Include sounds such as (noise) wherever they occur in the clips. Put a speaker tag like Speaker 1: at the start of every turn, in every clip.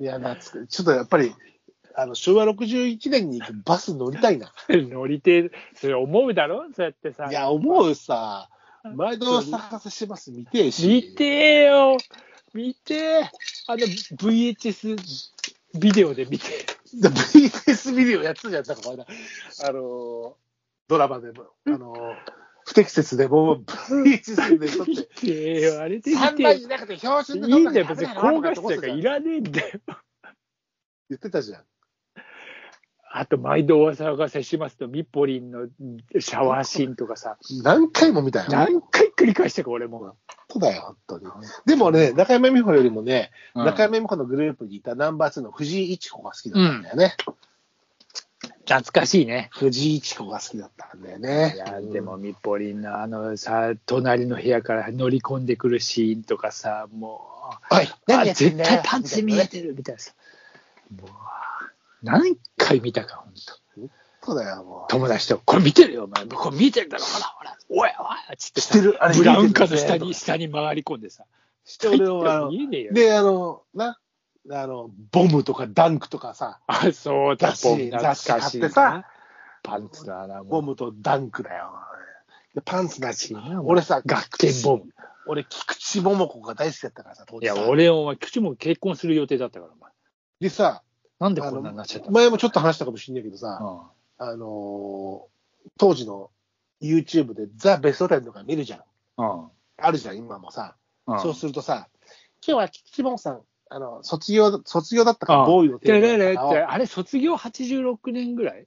Speaker 1: やなつくちょっとやっぱり、あの昭和61年に行くバス乗りたいな。
Speaker 2: 乗りてえ、それ思うだろそうやってさ。
Speaker 1: いや、思うさ、毎度探せします、見てえし。
Speaker 2: 見てえよ見てえあの VHS ビデオで見て。
Speaker 1: で VTS ビデオやってたじゃん、なんかこの間あの、ドラマでも、あの、不適切でも、VTS で撮っ
Speaker 2: (laughs) 見
Speaker 1: て、
Speaker 2: てえよあれで見
Speaker 1: 3
Speaker 2: て
Speaker 1: 倍
Speaker 2: え
Speaker 1: じゃなくて標
Speaker 2: いい
Speaker 1: 準で撮
Speaker 2: ん
Speaker 1: んな
Speaker 2: だ
Speaker 1: きゃ
Speaker 2: よ、別
Speaker 1: ダメ
Speaker 2: に高
Speaker 1: だ
Speaker 2: 画
Speaker 1: なと
Speaker 2: 質
Speaker 1: かって
Speaker 2: なんかいらねえんだよ。
Speaker 1: 言ってたじゃん。
Speaker 2: あと、毎度お騒がしますと、ミポリンのシャワーシーンとかさ、
Speaker 1: 何回も見たよ。
Speaker 2: 何回繰り返したか、俺も。
Speaker 1: とだよ、本当に。でもね、中山美穂よりもね、
Speaker 2: うん
Speaker 1: 中山美穂のグループにいたナンバー2の藤井一子が好きだったんだよね。
Speaker 2: 懐かしいね。
Speaker 1: 藤井一子が好きだったんだよ
Speaker 2: い
Speaker 1: ね。
Speaker 2: や、でも、ミポリンのあのさ、隣の部屋から乗り込んでくるシーンとかさ、もう、
Speaker 1: おい、何や
Speaker 2: あ
Speaker 1: ってん
Speaker 2: 絶
Speaker 1: だよ
Speaker 2: 対パンチ見えてるみたいなさ。もう、何回見たか、本
Speaker 1: そうだよ、もう
Speaker 2: 当。友達と、これ見てるよ、お前。これ見てるだろ、ほら、ほら。おい、おい、つって
Speaker 1: 知っ
Speaker 2: さ
Speaker 1: てるあれ
Speaker 2: ブラウンカの
Speaker 1: 見えて
Speaker 2: 下
Speaker 1: るね
Speaker 2: に、下に回り込んでさ。
Speaker 1: して俺をあの
Speaker 2: (laughs) 見えねえよ。
Speaker 1: で、あの、な、あの、ボムとかダンクとかさ、
Speaker 2: あ、そうだ、
Speaker 1: 雑誌
Speaker 2: ボム懐かし
Speaker 1: 雑誌
Speaker 2: い
Speaker 1: 買
Speaker 2: な
Speaker 1: ってさ
Speaker 2: パンツの穴も。
Speaker 1: ボムとダンクだよ。でパンツなし。俺
Speaker 2: 俺、
Speaker 1: さ、
Speaker 2: 学研ボム。
Speaker 1: 俺、菊池桃子が大好きだったからさ、当
Speaker 2: い
Speaker 1: 時さ
Speaker 2: や、俺、お前、口も結婚する予定だったから、お前。
Speaker 1: でさ、
Speaker 2: なんで
Speaker 1: あ
Speaker 2: こんなに
Speaker 1: の
Speaker 2: なっちゃったの
Speaker 1: 前もちょっと話したかもしんないけどさ、あのー当時の YouTube でザ・ベストテンとか見るじゃん。
Speaker 2: うん。うん
Speaker 1: あるじゃん、今もさ。
Speaker 2: うん。
Speaker 1: そうするとさ、今日は菊池桃子さん、あの、卒業、卒業だったから、
Speaker 2: うん
Speaker 1: ボーイのテ
Speaker 2: て
Speaker 1: ーマ
Speaker 2: れれ
Speaker 1: だ
Speaker 2: っ、
Speaker 1: ってたから
Speaker 2: あれ、卒業86年ぐらい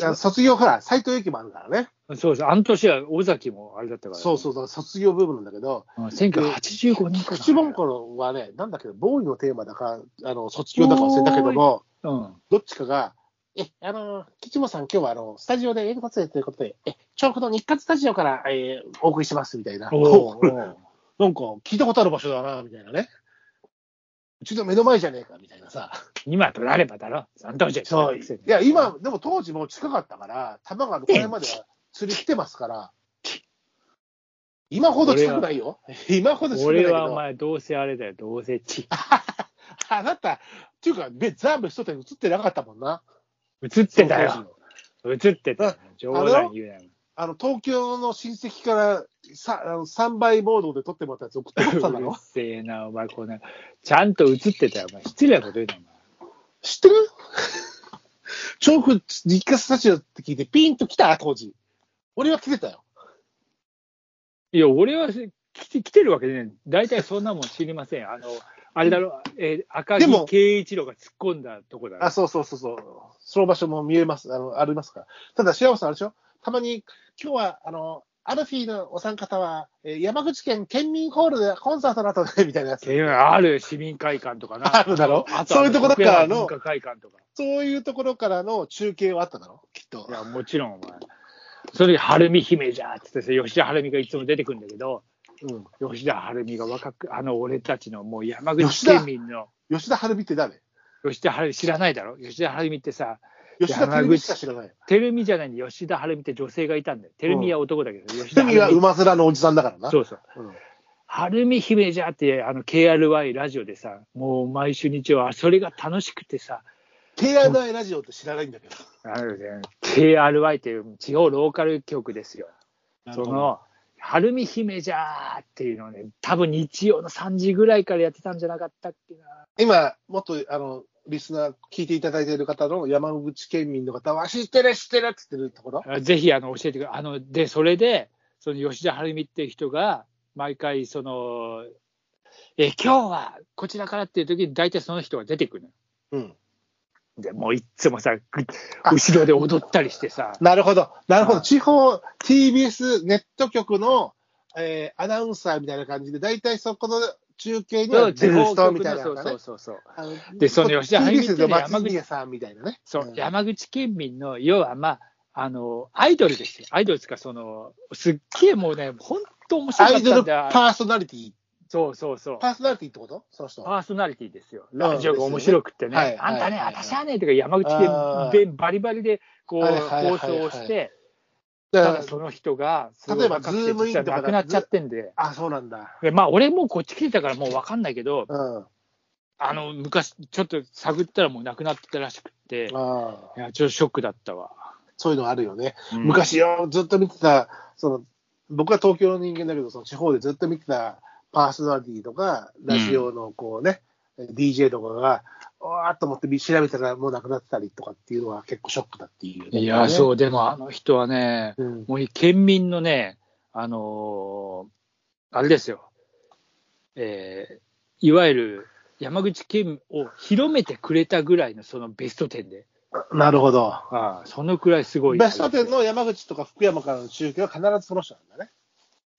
Speaker 1: あの卒業ほら、斎藤由貴もあるからね。
Speaker 2: そうそう、あの年は尾崎もあれだったから、
Speaker 1: そうそうそう、卒業部分なんだけど、
Speaker 2: うん。1985年
Speaker 1: 菊
Speaker 2: から。
Speaker 1: 池桃子はね、なんだけど、ボーイのテーマだか、あの、卒業だか忘れたけども、
Speaker 2: うん。
Speaker 1: どっちかが、え、あの、吉本さん、今日はあの、スタジオで映画撮影ということで、え、ちょうど日活スタジオから、えーお送りしてます、みたいな。
Speaker 2: お
Speaker 1: お
Speaker 2: ー
Speaker 1: うなんか、聞いたことある場所だな、みたいなね。うちの目の前じゃねえか、みたいなさ。
Speaker 2: (laughs) 今となればだろ。その当時は
Speaker 1: そう。いや、今、でも当時も近かったから、玉川のこれまでは釣り来てますから、今ほど近くないよ。今ほど近くないけ
Speaker 2: 俺はお
Speaker 1: ど。
Speaker 2: 前、どうせあれだよ、どうせち。
Speaker 1: あなた、っていうか、べザ・ベストテン映ってなかったもんな。
Speaker 2: 映ってたよ。映ってたよ。冗談言うなよ。
Speaker 1: あの、東京の親戚からさあの3倍ボードで撮ってもらったやつ送ってもらったんだ
Speaker 2: う (laughs) る
Speaker 1: ろ
Speaker 2: せえな、お前、こんな。ちゃんと映ってたよ、お前。失礼なこと言うな、
Speaker 1: 知 (laughs) ってるチョーク、日活スタジオって聞いてピンと来た当時。俺は来てたよ。
Speaker 2: お前。いや、俺は来て来てるわけでね、大体そんなもん知りません。あの、あれだろ、えー赤
Speaker 1: でも
Speaker 2: 木圭一郎が突っ込んだとこだろ
Speaker 1: あ、。そうそうそうそう。その場所も見えます、あの、ありますから。ただ、白山さん、あれでしょたまに、今日は、あの、アルフィーのお三方は、えー山口県県民ホールでコンサートの後で、みたいなやつ。
Speaker 2: っていうのがある市民会館とかな。
Speaker 1: あるだろ
Speaker 2: あ
Speaker 1: そういうところからの
Speaker 2: 徳山文化会館とか。
Speaker 1: そういうところからの中継はあっただろきっと
Speaker 2: い。や、もちろん、お前。それで、晴海姫じゃーっつってさ、吉田晴美がいつも出てくるんだけど、
Speaker 1: うん。
Speaker 2: 吉田晴美が若く、あの、俺たちのもう山口県民の、
Speaker 1: 吉田晴美って誰
Speaker 2: 吉田晴美知らないだろ吉田晴美ってさ、
Speaker 1: 吉田照美しか知らない。
Speaker 2: てるみじゃないに吉田晴美って女性がいたんだよ。てるみは男だけど、吉田
Speaker 1: 照美は
Speaker 2: 晴美。
Speaker 1: 馬面のおじさんだからな。
Speaker 2: そうそう。
Speaker 1: うん
Speaker 2: 晴海姫じゃーって、あの、KRY ラジオでさ、もう毎週日曜、あそれが楽しくてさ、
Speaker 1: KRI ラジオって知らないんだけど。
Speaker 2: あのね KRY っていう地方ローカル局ですよ。その、晴海姫じゃーっていうのをね、多分日曜の3時ぐらいからやってたんじゃなかったっけな。
Speaker 1: 今、もっと、あの、リスナー、聞いていただいている方の山口県民の方は、知ってる、知ってるって言ってるところ。
Speaker 2: あぜひ、あの、教えてください。あの、で、それで、その吉田晴美っていう人が、毎回、その、え、今日はこちらからっていう時に、大体その人が出てくるのよ。
Speaker 1: うん。
Speaker 2: で、もういっつもさ、ぐ
Speaker 1: あ
Speaker 2: 後ろで踊ったりして (laughs) さ、
Speaker 1: なるほど。なるほ
Speaker 2: は
Speaker 1: ど。
Speaker 2: い
Speaker 1: 地方 TBS ネット局の、えーアナウンサーみたいな感じで、大体そこの中継には出る人みたいな
Speaker 2: そ
Speaker 1: の
Speaker 2: う
Speaker 1: が
Speaker 2: そう
Speaker 1: ね。
Speaker 2: そうそう。
Speaker 1: あの
Speaker 2: でその吉
Speaker 1: TBS
Speaker 2: 田晴
Speaker 1: の
Speaker 2: 美っていうのは山口
Speaker 1: 松宮さんみたいなね。
Speaker 2: そう、
Speaker 1: ん
Speaker 2: 山口県民の、要はまあ、あの、アイドルですよ。アイドルですか、その、すっげえもうね、本当面白
Speaker 1: ア
Speaker 2: かっ
Speaker 1: イド
Speaker 2: た
Speaker 1: ル
Speaker 2: んだ。
Speaker 1: パーソナリティ。
Speaker 2: そうそうそう。
Speaker 1: パーソナリティってことその人。
Speaker 2: パーソナリティですよ。
Speaker 1: うん
Speaker 2: ラジオが面白くって
Speaker 1: で
Speaker 2: ね。
Speaker 1: すよねはい
Speaker 2: あんたね、
Speaker 1: はいはい
Speaker 2: 私はね、とか山口
Speaker 1: あ
Speaker 2: 県
Speaker 1: ー
Speaker 2: 弁バリバリで、こう、
Speaker 1: はいはいはいはい
Speaker 2: 放送をして、
Speaker 1: だ
Speaker 2: た
Speaker 1: か
Speaker 2: だ
Speaker 1: ら
Speaker 2: その人が、
Speaker 1: 例えばズームイン
Speaker 2: じゃ
Speaker 1: とかだ
Speaker 2: なくなっちゃってんで。
Speaker 1: あ、そうなんだ。
Speaker 2: でまあ、俺もうこっち来てたからもうわかんないけど、
Speaker 1: うん。
Speaker 2: あの、昔、ちょっと探ったらもうなくなってたらしくて、い
Speaker 1: ああ
Speaker 2: や、ちょっとショックだったわ。
Speaker 1: そういうのあるよね。
Speaker 2: うん
Speaker 1: 昔よ、ずっと見てた、その、僕は東京の人間だけど、その地方でずっと見てたパーソナリティとか、ラジオのこうね、DJ とかが、わーっと思って調べたらもう亡くなってたりとかっていうのは結構ショックだっていう、。
Speaker 2: いや、そうう、でもあの人はね、
Speaker 1: うん。
Speaker 2: もう県民のね、あのーあれですよ、えーいわゆる山口県を広めてくれたぐらいのそのベスト10で、
Speaker 1: なるほど。
Speaker 2: ああそのくらいすごい。
Speaker 1: ベスト10の山口とか福山からの中継は必ずその人なんだね。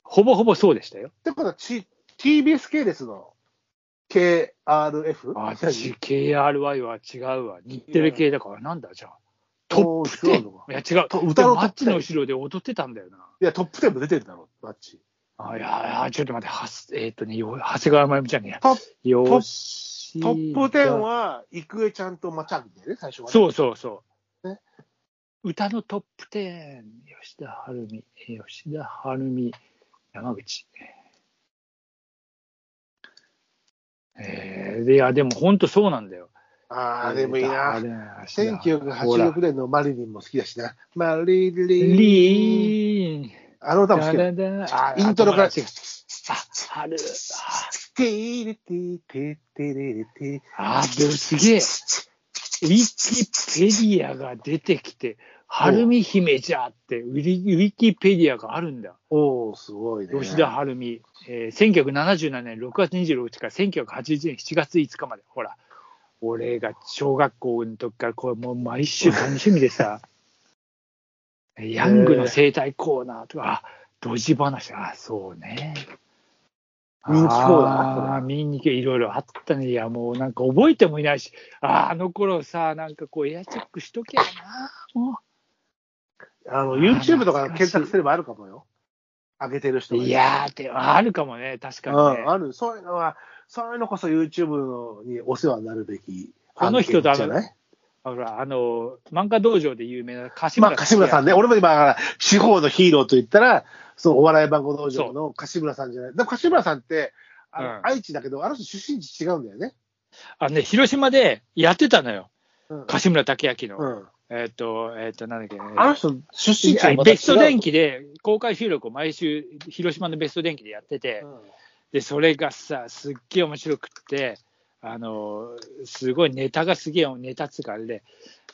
Speaker 2: ほぼほぼそうでしたよ。
Speaker 1: ってことは、ち TBS 系列の KRF?
Speaker 2: あ、KRY は違うわ。日テレ系だから、なんだじゃあ。トップ
Speaker 1: おー違うの
Speaker 2: 10
Speaker 1: か。
Speaker 2: いや、違う。
Speaker 1: と歌の
Speaker 2: マ
Speaker 1: トッ
Speaker 2: ッ
Speaker 1: プ
Speaker 2: チの後ろで踊ってたんだよな。
Speaker 1: いや、トップ10も出てるだろう、マッチ。
Speaker 2: あいやいや、ちょっと待って、はすえっ、とね、よ長谷川真由美ちゃんね。
Speaker 1: トッ
Speaker 2: よ
Speaker 1: トッ
Speaker 2: し。
Speaker 1: トップ10は、郁恵ちゃんとマチャミだよね、最初は、ね。
Speaker 2: そうそうそう。
Speaker 1: ね
Speaker 2: 歌のトップ10、吉田晴美、えー吉田晴美、山口。えー、でいや、でも本当そうなんだよ。
Speaker 1: ああ、でもいいな。
Speaker 2: あれな吉田ほら
Speaker 1: 1986年のマリリンも好きだしな。マリリン。
Speaker 2: リーン。
Speaker 1: あの歌も好きだ。
Speaker 2: あ
Speaker 1: イントロから
Speaker 2: あ春。
Speaker 1: ティーレティーテーテレレティー
Speaker 2: あ、でもすげえ。ウィキペディアが出てきて、晴美姫じゃってウィリ、ウィキペディアがあるんだ。
Speaker 1: おおすごいね。
Speaker 2: 吉田晴美、えー、1977年6月26日から1980年7月5日まで、ほら、俺が小学校の時からこれもう毎週楽しみ
Speaker 1: (laughs)
Speaker 2: でさ、ヤングの生態コーナーとか、あドジ話、あ、そうね。
Speaker 1: 人気コーナー
Speaker 2: あー見に行けいろいろあったね。いや、もうなんか覚えてもいないし、あーあの頃さ、なんかこうエアチェックしとけやな。もう
Speaker 1: あの、
Speaker 2: あー
Speaker 1: YouTube とか
Speaker 2: 懐かし
Speaker 1: 検
Speaker 2: い
Speaker 1: 索すればあるかもよ。上げてる人が
Speaker 2: いやーって、あるかもね、確か
Speaker 1: う
Speaker 2: にね。
Speaker 1: ん、ある。そういうのは、そういうのこそ YouTube のにお世話になるべき。
Speaker 2: この人とあの
Speaker 1: じゃない
Speaker 2: ほら、あの、漫画道場で有名な柏
Speaker 1: まあ、
Speaker 2: 村
Speaker 1: 柏村さん
Speaker 2: ん。
Speaker 1: ね。俺も今、だから地方のヒーローと言ったら、そのお笑い番号道場の柏村さんじゃない。でも柏村さんって、あの
Speaker 2: うん
Speaker 1: 愛知だけど、あの人出身地違うんだよね。
Speaker 2: あのね、広島でやってたのよ。
Speaker 1: うん。
Speaker 2: 柏村武明の。
Speaker 1: うん、
Speaker 2: えっ、と、えっ、と、なんだっけ、
Speaker 1: あの人、出身地が
Speaker 2: いや
Speaker 1: また違う
Speaker 2: ベスト電気で、公開収録を毎週、広島のベスト電気でやってて、
Speaker 1: うん
Speaker 2: で、それがさ、すっげえ面白くって、あの、すごいネタがすげえ、ネタっつうかあれで、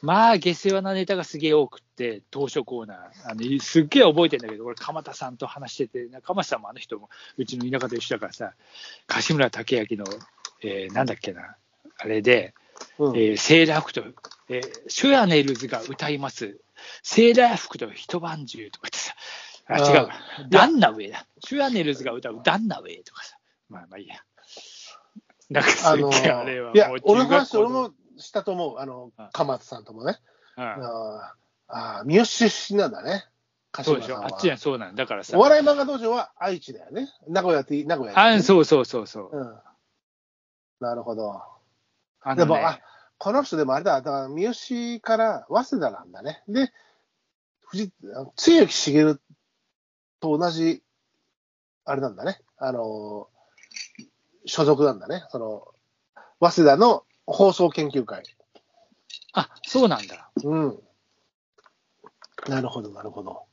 Speaker 2: まあ、下世話なネタがすげえ多くって、当初コーナー、あのすっげえ覚えてんだけど、俺、鎌田さんと話してて、な鎌田さんもあの人も、うちの田舎と一緒だからさ、柏村武明の、えーなんだっけな、あれで、
Speaker 1: うん
Speaker 2: えーセーラー服と、えーシュアネルズが歌います、セーラー服と一晩中とかってさ、あ、
Speaker 1: あ
Speaker 2: 違うわ、ダンナウェイだ。シュアネルズが歌うダンナウェイとかさ、まあまあいいや。なんかす
Speaker 1: あ
Speaker 2: っ
Speaker 1: の
Speaker 2: げえあれは、
Speaker 1: いや
Speaker 2: もう、
Speaker 1: 俺の
Speaker 2: 中学
Speaker 1: 話、
Speaker 2: 校の
Speaker 1: 俺もしたと思う。あの
Speaker 2: うん、
Speaker 1: 鎌田さんともね。
Speaker 2: うん
Speaker 1: あーあー、三好出身なんだね。
Speaker 2: そう
Speaker 1: 柏村
Speaker 2: でし
Speaker 1: さん
Speaker 2: ょ、
Speaker 1: は
Speaker 2: あっちはそうなんだからさ
Speaker 1: お。笑い漫画道場は愛知だよね。名古屋って、名古屋、ね。
Speaker 2: あそうそうそうそう。
Speaker 1: うん。なるほど。
Speaker 2: あ
Speaker 1: で
Speaker 2: の
Speaker 1: も、
Speaker 2: ね
Speaker 1: あ、この人でもあれだ、だから三好から早稲田なんだね。で、藤あの露木茂と同じ、あれなんだね、あの、所属なんだね、その、早稲田の放送研究会。
Speaker 2: あ、そうなんだ。
Speaker 1: うん。なるほど、なるほど。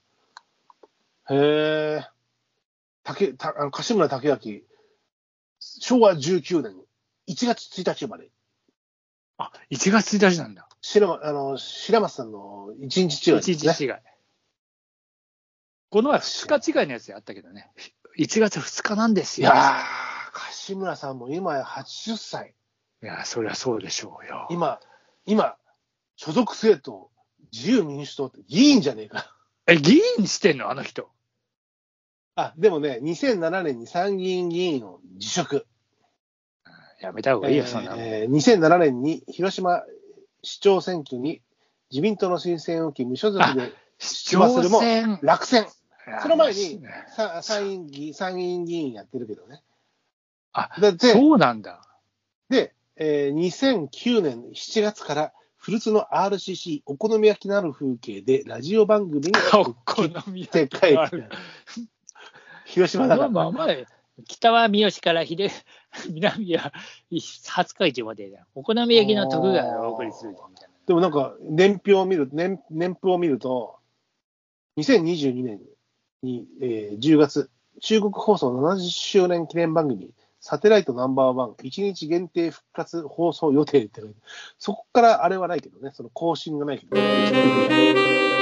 Speaker 1: へえ。竹、たあの、柏村武明、昭和19年1月1日生まれ。
Speaker 2: あ、1月1日なんだ。
Speaker 1: 白まあの白松さんの一日違い
Speaker 2: 1
Speaker 1: ですね。
Speaker 2: 日違い。この前2日違いのやつやったけどね。1月2日なんです
Speaker 1: い
Speaker 2: よ。
Speaker 1: やー、柏村さんも今や80歳。
Speaker 2: いや、そりゃそうでしょうよ。
Speaker 1: 今、今、所属政党、自由民主党って議員じゃねえか。
Speaker 2: え、議員してんのあの人。
Speaker 1: あ、でもね、2007年に参議院議員を辞職。
Speaker 2: やめた方がいいよ、そんなの。
Speaker 1: えー2007年に広島市長選挙に自民党の推薦を受け、無所属で
Speaker 2: 市
Speaker 1: 出馬するも
Speaker 2: 選。
Speaker 1: 落選。その前
Speaker 2: い
Speaker 1: に
Speaker 2: や
Speaker 1: さ参院議参議院議員やってるけどね。
Speaker 2: あ
Speaker 1: だって
Speaker 2: そうなんだ。
Speaker 1: で、えー2009年7月から、古巣の RCC、お好み焼きのある風景で、ラジオ
Speaker 2: (laughs)
Speaker 1: 番組に
Speaker 2: お好み
Speaker 1: 展開
Speaker 2: ある。
Speaker 1: 広島だか
Speaker 2: まあ
Speaker 1: ら。
Speaker 2: まあまあ、北は三好から秀、南は廿日市までだ。お好み焼きの徳川がお送りするみたい
Speaker 1: でもなんか、年表を見る、年、年譜を見ると、2022年に、えー10月、中国放送70周年記念番組、サテライトナンバーワン、1日限定復活放送予定って書いてあるそこからあれはないけどね、その更新がないけど、ね。